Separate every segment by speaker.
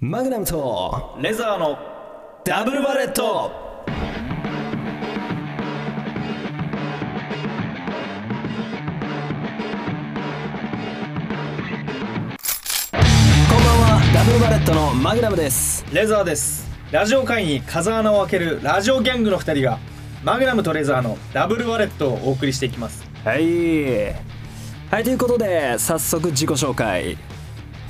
Speaker 1: マグナムと
Speaker 2: レザーの
Speaker 1: ダブルバレットこんばんはダブルバレットのマグナムです
Speaker 2: レザーですラジオ界に風穴を開けるラジオギャングの2人がマグナムとレザーのダブルワレットをお送りしていきます
Speaker 1: はいはいということで早速自己紹介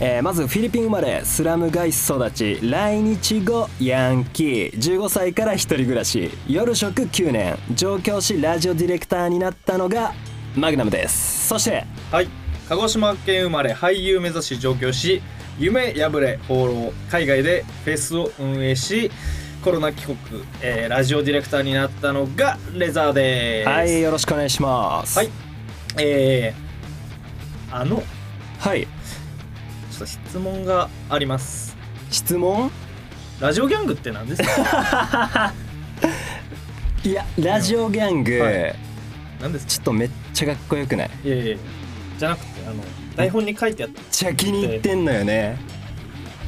Speaker 1: えーまずフィリピン生まれスラム街市育ち来日後ヤンキー15歳から一人暮らし夜食9年上京しラジオディレクターになったのがマグナムですそして
Speaker 2: はい鹿児島県生まれ俳優目指し上京し夢破れ放浪海外でフェスを運営しコロナ帰国、えーラジオディレクターになったのがレザーです
Speaker 1: はいよろしくお願いします
Speaker 2: はいえー、あのちょ
Speaker 1: はい
Speaker 2: っと質問があります
Speaker 1: 質問
Speaker 2: ラジオギャングって何ですか
Speaker 1: いやラジオギャング、
Speaker 2: はい何ですか
Speaker 1: ちょっとめっちゃかっこよくない
Speaker 2: いやいやいやじゃなくてあの台本に書いてあった
Speaker 1: めっちゃ気に入ってんのよね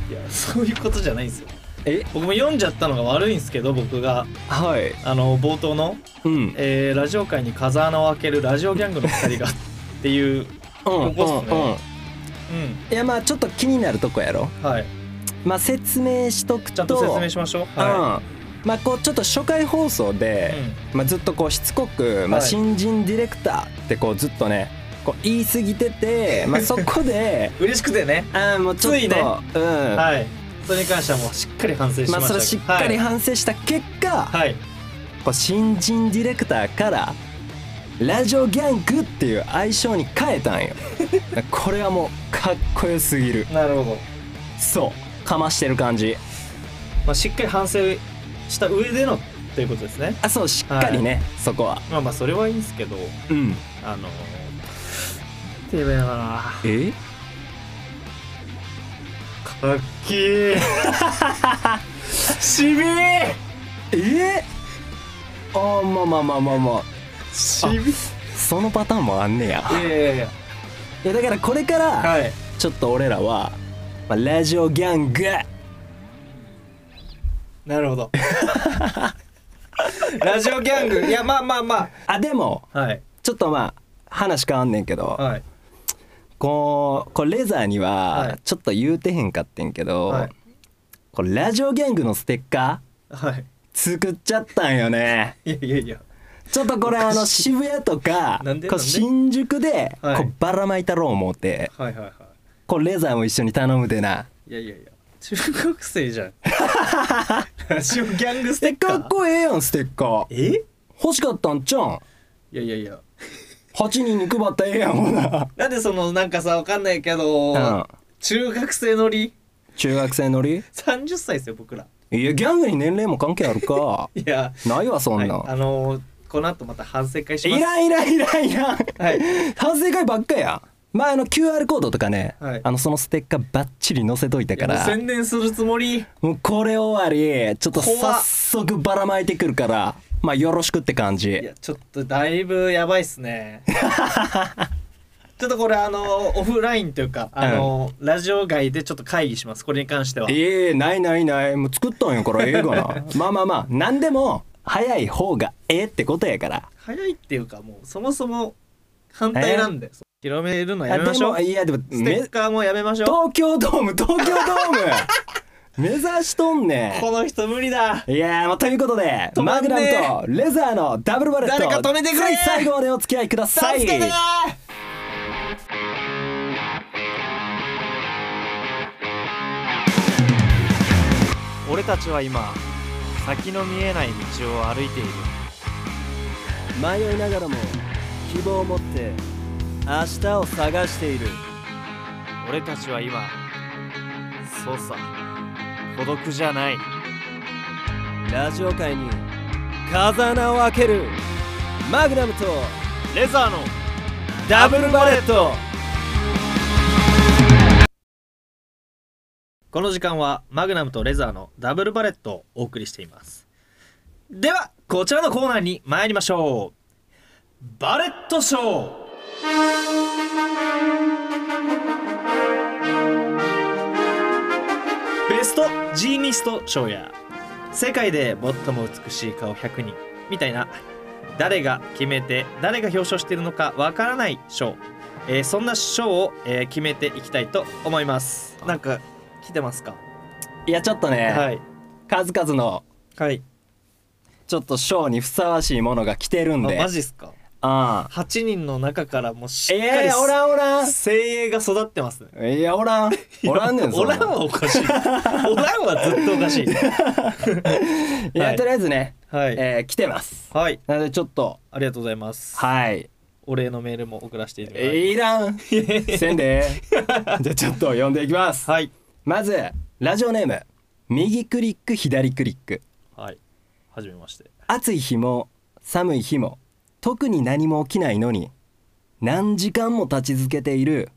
Speaker 2: いやそういうことじゃないんですよ
Speaker 1: え
Speaker 2: 僕も読んじゃったのが悪いんですけど僕が
Speaker 1: はい
Speaker 2: あの冒頭の、
Speaker 1: うん
Speaker 2: えーラジオ界に風穴を開けるラジオギャングの2人 がっていう
Speaker 1: うん
Speaker 2: ここっすね
Speaker 1: うんうんいやまあちょっと気になるとこやろ
Speaker 2: うんはい
Speaker 1: まあ説明しとくと
Speaker 2: ちゃんと説明しましょう
Speaker 1: う
Speaker 2: は
Speaker 1: んまあこうちょっと初回放送
Speaker 2: い、
Speaker 1: で、まあ、ずっとこうしつこく、まあ、
Speaker 2: はい
Speaker 1: 新人ディレクターってこうずっとねこう言い過ぎて て、まあ、そこで
Speaker 2: うん、嬉しくてね
Speaker 1: あーもうちょっと
Speaker 2: ついね
Speaker 1: うん
Speaker 2: はいそれに関してはもうしっかり反省し
Speaker 1: ま
Speaker 2: ま
Speaker 1: あ、
Speaker 2: した
Speaker 1: それしっかり
Speaker 2: はい
Speaker 1: 反省した結果、
Speaker 2: はい
Speaker 1: こう新人ディレクターからラジオギャングっていう愛称に変えた んよこれはもうかっこよすぎる
Speaker 2: なるほど、
Speaker 1: そうかましてる感じ
Speaker 2: まあ、しっかり反省した上でのということですね
Speaker 1: あそうしっかりね、そこは
Speaker 2: まあまあそれはいいんですけど
Speaker 1: うん
Speaker 2: あのてめえだな
Speaker 1: え
Speaker 2: かっけえしびえ
Speaker 1: えあーまあまあまあまあまあ
Speaker 2: しび
Speaker 1: そのパターンもあんねや
Speaker 2: えいやいやいや
Speaker 1: いやだからこれから
Speaker 2: はい
Speaker 1: ちょっと俺らは、まあ、ラジオギャング
Speaker 2: なる ほどラジオギャングいやまあまあま
Speaker 1: あでも
Speaker 2: あはい
Speaker 1: ちょっとまあ話変わんねんけど
Speaker 2: はい
Speaker 1: こうこうレザーに
Speaker 2: は
Speaker 1: はいちょっと言うてへんかってんけど、
Speaker 2: はい
Speaker 1: こうラジオギャングのステッカ
Speaker 2: はい
Speaker 1: ー作っちゃったんよね
Speaker 2: いやいやいや
Speaker 1: ちょっとこれあの渋谷とか
Speaker 2: なんで
Speaker 1: こう
Speaker 2: なんで
Speaker 1: 新宿でこ
Speaker 2: は
Speaker 1: う
Speaker 2: い
Speaker 1: ばらまいたろう思うて
Speaker 2: はいはいは
Speaker 1: こうレザーも一緒に頼むでない
Speaker 2: いやいやいや中学生じゃん ラジオギャングステ
Speaker 1: え
Speaker 2: ッカ
Speaker 1: か
Speaker 2: ー
Speaker 1: っこええやんステッカー
Speaker 2: えい
Speaker 1: 欲しかったんちゃうん
Speaker 2: やいやいや
Speaker 1: 8人に配ったらええやんほな
Speaker 2: なんでそのなんかさわかんないけど、
Speaker 1: うん
Speaker 2: 中学生乗り
Speaker 1: 中学生乗り
Speaker 2: 30歳ですよ僕ら
Speaker 1: いやギャングに年齢も関係ある か
Speaker 2: いや
Speaker 1: ないわそんなん、
Speaker 2: はい、あのー、この後また反省会し
Speaker 1: い
Speaker 2: ます
Speaker 1: らんいらんいらんいらん、
Speaker 2: はい
Speaker 1: 反省会ばっかや前あの QR コードとかね、
Speaker 2: はい
Speaker 1: あのそのステッカーばっちり載せといたか
Speaker 2: いやもう
Speaker 1: ら
Speaker 2: 宣伝するつもり
Speaker 1: もうこれ終わりちょっと
Speaker 2: 怖っ
Speaker 1: 早速ばらまいてくるからまあよろしくって感
Speaker 2: い
Speaker 1: じ
Speaker 2: やちょっとだいぶやばいっすね ちょっとこれあのオフラインというかあの、ラジオ外でちょっと会議しますこれに関しては
Speaker 1: ええないないないもう作ったんやからええが なまあまあまあ何でも早い方がええってことやから
Speaker 2: 早いっていうかもうそもそも反対なんで、広めるのやめましょう
Speaker 1: あでもいやでも
Speaker 2: ステ
Speaker 1: め
Speaker 2: ッカーもやめましょ
Speaker 1: 東京ドーム東京ドーム 目指しとん
Speaker 2: う
Speaker 1: ね
Speaker 2: この人無理だ
Speaker 1: んいやーまあということで
Speaker 2: 止
Speaker 1: マ
Speaker 2: まんね
Speaker 1: グ
Speaker 2: え
Speaker 1: ナムとレザーのダブルバレット
Speaker 2: 誰か止めてくれ
Speaker 1: ぜひ最後までお付き合いください
Speaker 2: 助けて俺たちは今先の見えない道を歩いている
Speaker 1: 迷いながらも希望を持って明日を探している
Speaker 2: 俺たちは今そうさ孤独じゃない
Speaker 1: ラジオ界に風穴を開けるマグナムと
Speaker 2: レザーの
Speaker 1: ダブルバレット
Speaker 2: この時間はマグナムとレザーのダブルバレットをお送りしていますではこちらのコーナーに参りましょうバレットショーベストジーニスト賞や世界で最も美しい顔100人みたいな誰が決めて誰が表彰しているのかわからない賞、えーそんな賞を、えー決めていきたいと思いますなんか来てますか、
Speaker 1: いやちょっとね、
Speaker 2: はい
Speaker 1: 数々の
Speaker 2: はい
Speaker 1: ちょっとショーにふさわしいものが来てる
Speaker 2: あ
Speaker 1: んで
Speaker 2: マジっすか
Speaker 1: ああ
Speaker 2: 8人の中からもうしっかり
Speaker 1: えー、おらんおらん
Speaker 2: 精鋭が育ってますね
Speaker 1: いやお らんおらんねん
Speaker 2: おらん
Speaker 1: そな
Speaker 2: はおかし いおらんはずっとおかしい
Speaker 1: いや、
Speaker 2: はい
Speaker 1: とりあえずね、
Speaker 2: はい
Speaker 1: えー、来てます
Speaker 2: はい
Speaker 1: なのでちょっと
Speaker 2: ありがとうございます
Speaker 1: はい
Speaker 2: お礼のメールも送らせていただきます
Speaker 1: いら んせんでじゃあちょっと読んでいきます
Speaker 2: はい
Speaker 1: まずラジオネーム右クリック左クリック
Speaker 2: はいはじめまして
Speaker 1: 暑い日も寒い日も特に何も起きないのに何時間も立ち続けている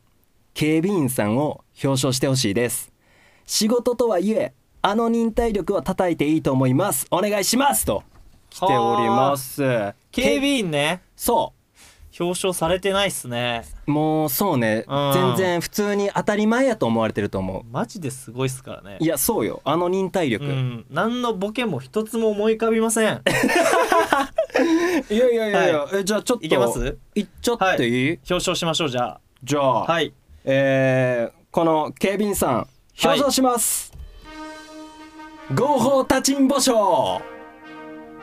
Speaker 1: 警備員さんを表彰してほしいです仕事とはいえあの忍耐力は叩いていいと思いますお願いしますと来ております
Speaker 2: 警備
Speaker 1: け
Speaker 2: 員ね
Speaker 1: そ
Speaker 2: 表彰されてないっすね
Speaker 1: うもうそうね
Speaker 2: うん
Speaker 1: 全然普通に当たり前やと思われてると思
Speaker 2: マジですごいっすからね
Speaker 1: ういやそうよあの忍耐
Speaker 2: う
Speaker 1: 力、
Speaker 2: ん何のボケも一つも思い浮かびません
Speaker 1: いやいやいやいや、えじゃあちょっと
Speaker 2: いけます
Speaker 1: いっちゃっていい、
Speaker 2: 表彰しましょうじゃ
Speaker 1: じゃあ
Speaker 2: あはい
Speaker 1: えー、この警備員さん表彰します、合法立ちんぼ賞よ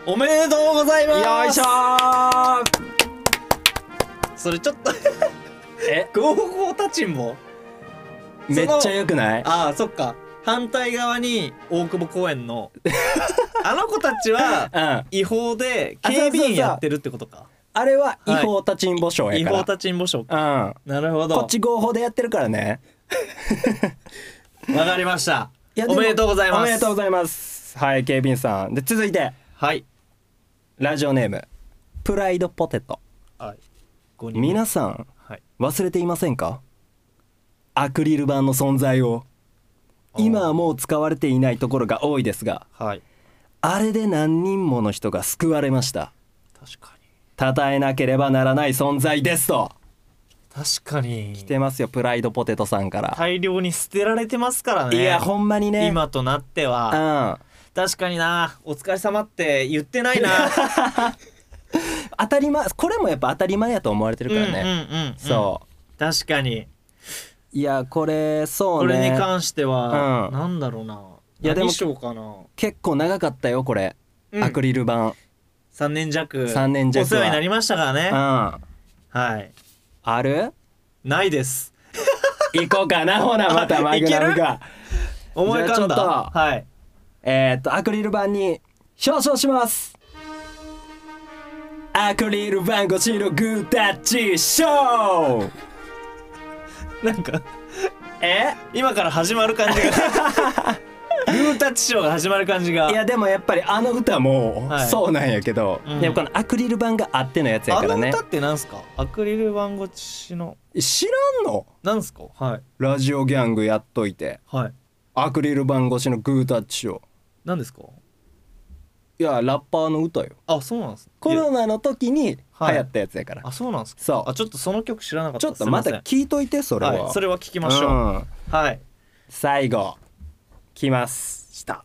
Speaker 2: おめでとうございます
Speaker 1: いしょー
Speaker 2: それちょっと
Speaker 1: え
Speaker 2: 合法立ちんぼ
Speaker 1: めっちゃ良くない
Speaker 2: ああそっか反対側に大久保公 園のあの子たちは
Speaker 1: うん、
Speaker 2: 違法で
Speaker 1: あ
Speaker 2: 警
Speaker 1: そうそうそう
Speaker 2: 備員やってるってことか
Speaker 1: あれは違法立ちんぼ賞
Speaker 2: 違
Speaker 1: やか
Speaker 2: 法
Speaker 1: ら、
Speaker 2: 立ちんぼ賞
Speaker 1: うん
Speaker 2: なるほど
Speaker 1: こっち合法でやってるからね
Speaker 2: わかりました
Speaker 1: いやで
Speaker 2: お
Speaker 1: も
Speaker 2: めでとうございます
Speaker 1: おめでとうご
Speaker 2: ざい
Speaker 1: ざいますはい警備員さんで続いて
Speaker 2: ますはい
Speaker 1: ラジオネームプライドポテト
Speaker 2: はい5人目
Speaker 1: 皆さん
Speaker 2: はい
Speaker 1: 忘れていませんかアクリル板の存在を今はもう使われていないところが多いですが
Speaker 2: はい
Speaker 1: あれで何人もの人が救われました
Speaker 2: 確かに
Speaker 1: 称えなければならない存在ですと
Speaker 2: 確かに
Speaker 1: 来てますよプライドポテトさんから、
Speaker 2: 大量に捨てられてますからね
Speaker 1: いやほんまにね
Speaker 2: 今となって
Speaker 1: う
Speaker 2: は
Speaker 1: ん
Speaker 2: 確かになお疲れ様って言って ないな
Speaker 1: 当たり前これもやっぱ当たり前やと思われてるからね、
Speaker 2: うんうんうん、うん、
Speaker 1: そう
Speaker 2: う確かに
Speaker 1: いやこれそう
Speaker 2: これに
Speaker 1: ね
Speaker 2: 関しては、
Speaker 1: うん
Speaker 2: なんだろうない
Speaker 1: やでも
Speaker 2: 何しようかな、
Speaker 1: 結構長かったよこれ、
Speaker 2: うん
Speaker 1: アクリル板
Speaker 2: 3年弱
Speaker 1: 三年弱は
Speaker 2: お世話になりましたから
Speaker 1: う
Speaker 2: ね
Speaker 1: ん、あ
Speaker 2: はい
Speaker 1: る
Speaker 2: ないです
Speaker 1: 行こうかなほなま たマグナムが
Speaker 2: 思い浮かん
Speaker 1: じゃあ
Speaker 2: だ
Speaker 1: ちょっと
Speaker 2: はい
Speaker 1: えー、っとアクリル板に表彰しますアクリル板越しのグータッチショー
Speaker 2: なんか
Speaker 1: え
Speaker 2: 今から始まる感じ がグータッチショーが始まる感じが
Speaker 1: いやでもやっぱりあの歌も
Speaker 2: はい
Speaker 1: そうなんやけど、
Speaker 2: うん
Speaker 1: でもこのアクリル板があってのやつや
Speaker 2: あ
Speaker 1: から
Speaker 2: の
Speaker 1: ね
Speaker 2: 歌ってなんすかアクリル板越しの
Speaker 1: 知らんの
Speaker 2: なんすかはい
Speaker 1: ラジオギャングやっといて
Speaker 2: はい
Speaker 1: アクリル板越しのグータッチショー
Speaker 2: なんですか
Speaker 1: いやラッパーの歌よ
Speaker 2: あそうなんですか
Speaker 1: コ
Speaker 2: いや
Speaker 1: ロナの時に流
Speaker 2: はい
Speaker 1: 行ったやつやから、
Speaker 2: あそうなんですか
Speaker 1: そう
Speaker 2: あちょっとその曲知らなかった
Speaker 1: ちょっとまた
Speaker 2: すい
Speaker 1: 聞いといてそれ
Speaker 2: ま
Speaker 1: は、
Speaker 2: せんはいそれは聞き
Speaker 1: き
Speaker 2: ましょう
Speaker 1: うん
Speaker 2: はい
Speaker 1: 最後来ました、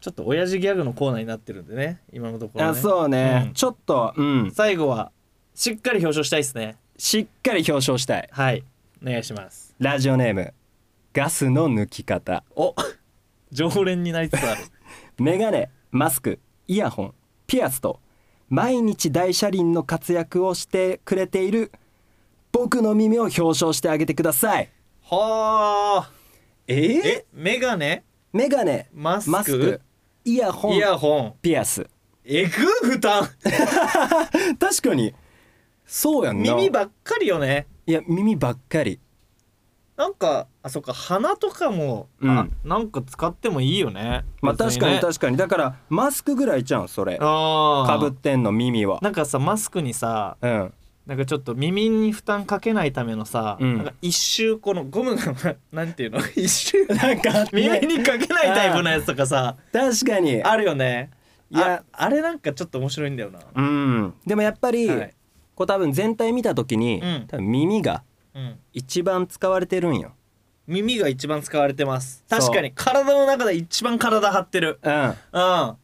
Speaker 2: ちょっと親父ギャグのコーナーになってるんでね今のところね
Speaker 1: あそうね、
Speaker 2: うん
Speaker 1: ちょっとうん
Speaker 2: 最後はしっかり表彰したいですね
Speaker 1: しっかり表彰したい
Speaker 2: はいお願いします
Speaker 1: ラジオネームガスの抜き方
Speaker 2: お常連になりつつある
Speaker 1: メガネマスクイヤホンピアスと毎日大車輪の活躍をしてくれている僕の耳を表彰してあげてください
Speaker 2: はあ
Speaker 1: えー
Speaker 2: えメガネ
Speaker 1: メガネ
Speaker 2: マスク
Speaker 1: イヤホン
Speaker 2: イヤホン
Speaker 1: ピアス
Speaker 2: えぐ負担
Speaker 1: 確かにそうやんな
Speaker 2: 耳ばっかりよね
Speaker 1: いや耳ばっかり
Speaker 2: なんかあそっか鼻とかも、あなんか使ってもいいよね
Speaker 1: まあ確かに
Speaker 2: か
Speaker 1: 確かにだからマスクぐらいじゃんそれ
Speaker 2: あ
Speaker 1: か
Speaker 2: か
Speaker 1: ぶってんの耳は
Speaker 2: なんかさマスクにさ
Speaker 1: うん
Speaker 2: なんかちょっと耳に負担かけないためのさ、
Speaker 1: うん
Speaker 2: なんか一周このゴムがな んていうの一周
Speaker 1: なんか
Speaker 2: 耳にかけないタイプのやつとかさ
Speaker 1: 確かに
Speaker 2: あるよね
Speaker 1: いや
Speaker 2: ああれなんかちょっと面白いんだよな、
Speaker 1: うんでもやっぱり、
Speaker 2: はい
Speaker 1: こう多分全体見た時に、
Speaker 2: うん
Speaker 1: 多分耳が
Speaker 2: うん、
Speaker 1: 一番使われてるんよ
Speaker 2: 耳が一番使われてます
Speaker 1: そう
Speaker 2: 確かに体の中で一番体張ってる
Speaker 1: うん
Speaker 2: うん行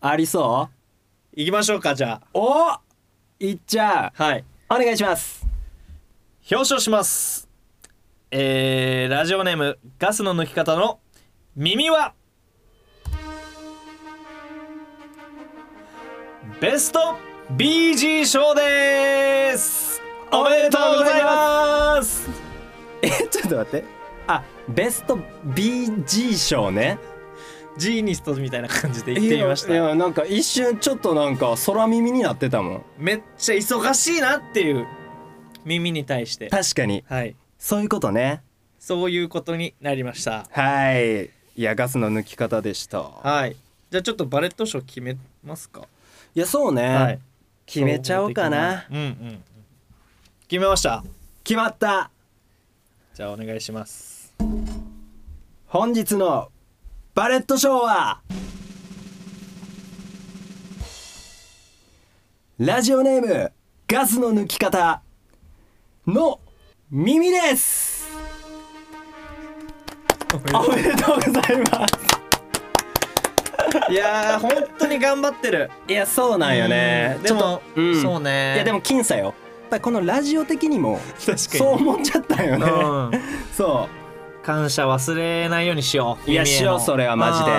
Speaker 1: ありそう
Speaker 2: きましょうかじゃ
Speaker 1: おいっちゃ
Speaker 2: あはいう
Speaker 1: お願いします
Speaker 2: 表彰しますえー、ラジオネームガスの抜き方の耳はベスト BG 賞ですおめでとうございます
Speaker 1: えちょっと待ってあベスト BG 賞ね
Speaker 2: ジーニストみたいな感じで言ってみまし
Speaker 1: い
Speaker 2: た
Speaker 1: やいやなんか一瞬ちょっとなんか空耳になってたもん
Speaker 2: めっちゃ忙しいなっていう耳に対して
Speaker 1: 確かに
Speaker 2: はい
Speaker 1: そういうことね
Speaker 2: そういうことになりました
Speaker 1: はいいやガスの抜き方でした
Speaker 2: はいじゃあちょっとバレット賞決めますか
Speaker 1: いやそうね、
Speaker 2: はい
Speaker 1: 決めちゃおうかな
Speaker 2: うんうんうん決めました
Speaker 1: 決まった
Speaker 2: じゃあお願いします
Speaker 1: 本日のバレット賞はラジオネームガスの抜き方の耳ですおめでとうございます
Speaker 2: いやー本当に頑張ってる
Speaker 1: いやそうなんよね
Speaker 2: で
Speaker 1: ちょっ
Speaker 2: も
Speaker 1: とうん
Speaker 2: そうね
Speaker 1: といやでも僅差よやっぱりこのラジオ的にも
Speaker 2: 確かに
Speaker 1: そう思っちゃったよね、
Speaker 2: うん
Speaker 1: そ
Speaker 2: 感謝忘れないようにしよう
Speaker 1: いや
Speaker 2: 耳への
Speaker 1: しようそれはマジで
Speaker 2: う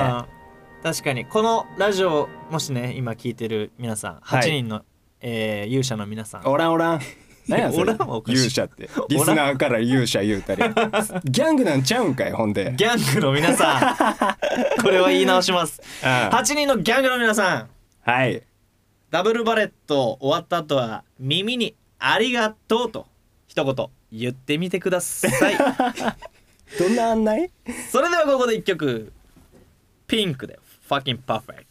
Speaker 2: ん確かにこのラジオもしね今聞いてる皆さん
Speaker 1: はい
Speaker 2: 8人の、えー勇者の皆さん
Speaker 1: うおらんおらん何やそれ
Speaker 2: おらんはおかしい
Speaker 1: 勇者ってリスナーから勇者言う たりギャングなんちゃうんかいほんで
Speaker 2: ギャングの皆さ んこれは言い直します
Speaker 1: は
Speaker 2: 8人のギャングの皆さん
Speaker 1: はい
Speaker 2: ダブルバレット終わった後は耳に「ありがとう」と一言言ってみてくださ い
Speaker 1: どんな案内
Speaker 2: それではここで一曲ピンクで「Fucking Perfect」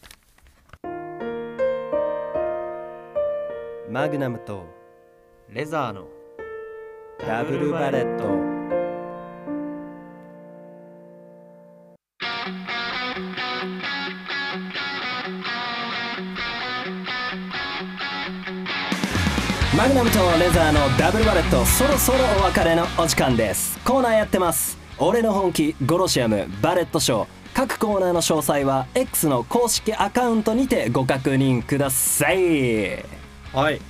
Speaker 1: マグナムと
Speaker 2: レザーの
Speaker 1: ダブルバレットマグナムとレザーのダブルバレットそろそろお別れのお時間ですコーナーやってます俺の本気ゴロシアムバレットショー各コーナーの詳細は X の公式アカウントにてご確認ください、
Speaker 2: はい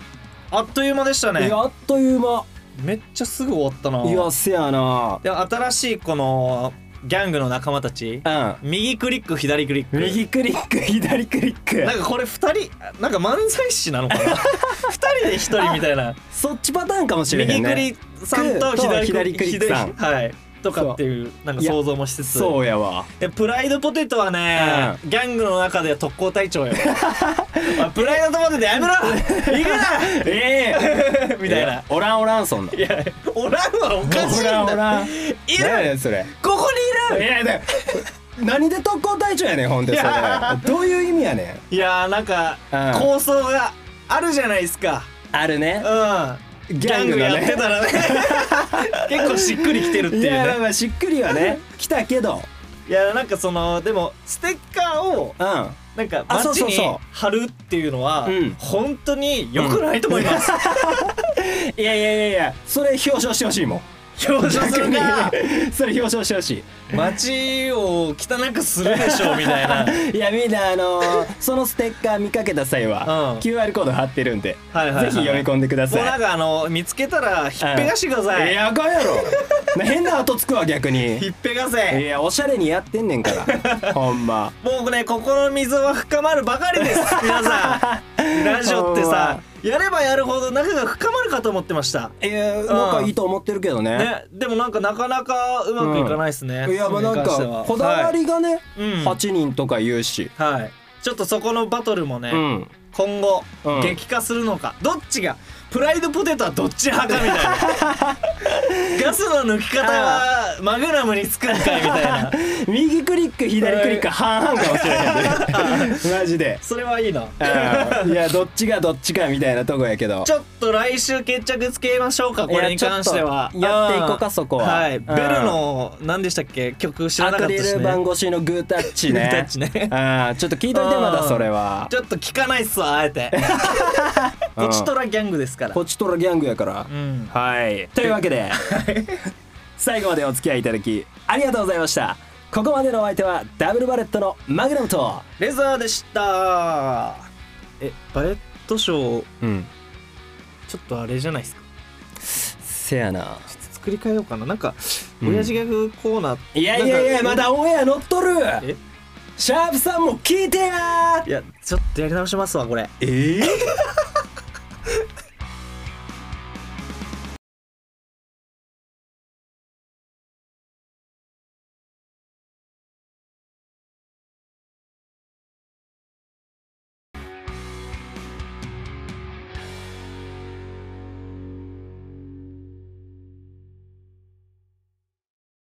Speaker 2: あっという間でしたね
Speaker 1: やっという間
Speaker 2: めっちゃすぐ終わったない
Speaker 1: やせやな
Speaker 2: でも新しいこのギャングの仲間たち
Speaker 1: うん
Speaker 2: 右クリック左クリック
Speaker 1: 右クリック左クリック
Speaker 2: なんかこれ2人なんか漫才師なのかな2 人で1人みたいな
Speaker 1: そっちパターンかもしれへ
Speaker 2: 右
Speaker 1: ん
Speaker 2: ク
Speaker 1: ね
Speaker 2: リさんと
Speaker 1: クと
Speaker 2: 左
Speaker 1: 左ク
Speaker 2: ク
Speaker 1: リ
Speaker 2: リ
Speaker 1: 左さん
Speaker 2: 左はいとかっていうなんか想像もしつつ
Speaker 1: そうや わ
Speaker 2: えプライドポテトはね、ギャングの中では特攻 隊長よおいプライドポテトやめろ行く
Speaker 1: え え
Speaker 2: な みたいな
Speaker 1: おらんおらんそんない
Speaker 2: やおらんはおかしいん
Speaker 1: おら
Speaker 2: だ
Speaker 1: んおらん
Speaker 2: い
Speaker 1: 何やね
Speaker 2: る
Speaker 1: んそれ
Speaker 2: ここにいる
Speaker 1: やだ何で特攻隊長やねんほんでそれ
Speaker 2: いや
Speaker 1: どういう意味やねん
Speaker 2: いやーなんか、
Speaker 1: うん
Speaker 2: 構想があるじゃないですか
Speaker 1: あるね
Speaker 2: う
Speaker 1: ギ
Speaker 2: んギャングやって たらね結構しっくりきてるってい
Speaker 1: いうやまあ
Speaker 2: ね
Speaker 1: まあしっくりはね来たけど
Speaker 2: いやなんかそのでもステッカーを
Speaker 1: うん
Speaker 2: なんか
Speaker 1: あそう
Speaker 2: 街
Speaker 1: そうそう
Speaker 2: に貼るっていうのは
Speaker 1: うん
Speaker 2: 本当に良くないと思います、
Speaker 1: いやいやいやいやそれ表彰してほしいもん
Speaker 2: 表情するな
Speaker 1: 逆にそれ表彰してほしい
Speaker 2: 街を汚くするでしょみた いな
Speaker 1: いやみんなあのーそのステッカー見かけた際は、
Speaker 2: うん
Speaker 1: QR コード貼ってるんで、
Speaker 2: はいはいはい
Speaker 1: ぜひ読み込んでくだ
Speaker 2: もうな
Speaker 1: さ
Speaker 2: ん
Speaker 1: い
Speaker 2: かあの見つけたらひっぺがしてください、
Speaker 1: いやあかんやろな変な後つくわ逆に
Speaker 2: ひっぺが
Speaker 1: い
Speaker 2: せ
Speaker 1: やおしゃれにやってんねんから ほんま
Speaker 2: もうねここの溝は深まるばかり です皆さんラジオって
Speaker 1: ほんま
Speaker 2: さやればやるほど仲が深まるかと思ってました
Speaker 1: いやなんかいいと思ってるけどね
Speaker 2: ねでもなんかなかなかうまくいかないですね、
Speaker 1: いやまあなん
Speaker 2: それに関しては
Speaker 1: かこだわりがね、
Speaker 2: はいうん
Speaker 1: 8人とか言うし、
Speaker 2: はい、はいちょっとそこのバトルもね、
Speaker 1: うん
Speaker 2: 今後、
Speaker 1: うん
Speaker 2: 激化するのかどっちがプライドポテトはどっち派かみたい なガスの抜き方はマグナムにつくんかいみたいな
Speaker 1: 右クリック左クリック
Speaker 2: うん
Speaker 1: 半々かもしれ へんねマジで
Speaker 2: それはいいな
Speaker 1: うんいやどっちがどっちかみたいなとこやけど
Speaker 2: ちょっと来週決着つけましょうかこれに関してはい
Speaker 1: やちょっとやっていこうか
Speaker 2: ん
Speaker 1: そこは
Speaker 2: はい
Speaker 1: うん
Speaker 2: ベルの何でしたっけ曲知らなか
Speaker 1: ア
Speaker 2: っ
Speaker 1: ク
Speaker 2: た
Speaker 1: リ
Speaker 2: し
Speaker 1: ル板
Speaker 2: ね
Speaker 1: 越しのグータッチね
Speaker 2: グータッチね
Speaker 1: ああちょっと聞いといてまだそれは
Speaker 2: ちょっと聞かないっすわあ えて
Speaker 1: うん
Speaker 2: こちとらギャングですから
Speaker 1: こっちとらギャングやから、
Speaker 2: うん
Speaker 1: はいというわけで最後までお付き合いいただきありがとうございましたここまでのお相手はダブルバレットのマグナムと
Speaker 2: レザーでしたえバレット賞
Speaker 1: うん
Speaker 2: ちょっとあれじゃないですか
Speaker 1: せやな
Speaker 2: ちょっと作り変えようかななんか
Speaker 1: うん
Speaker 2: 親父ギャグコーナー、
Speaker 1: いやいやい
Speaker 2: な
Speaker 1: や
Speaker 2: んか
Speaker 1: まだオンエア乗っとる
Speaker 2: え
Speaker 1: シャープさんも聞いてや
Speaker 2: いやちょっとやり直しますわこれ
Speaker 1: ええ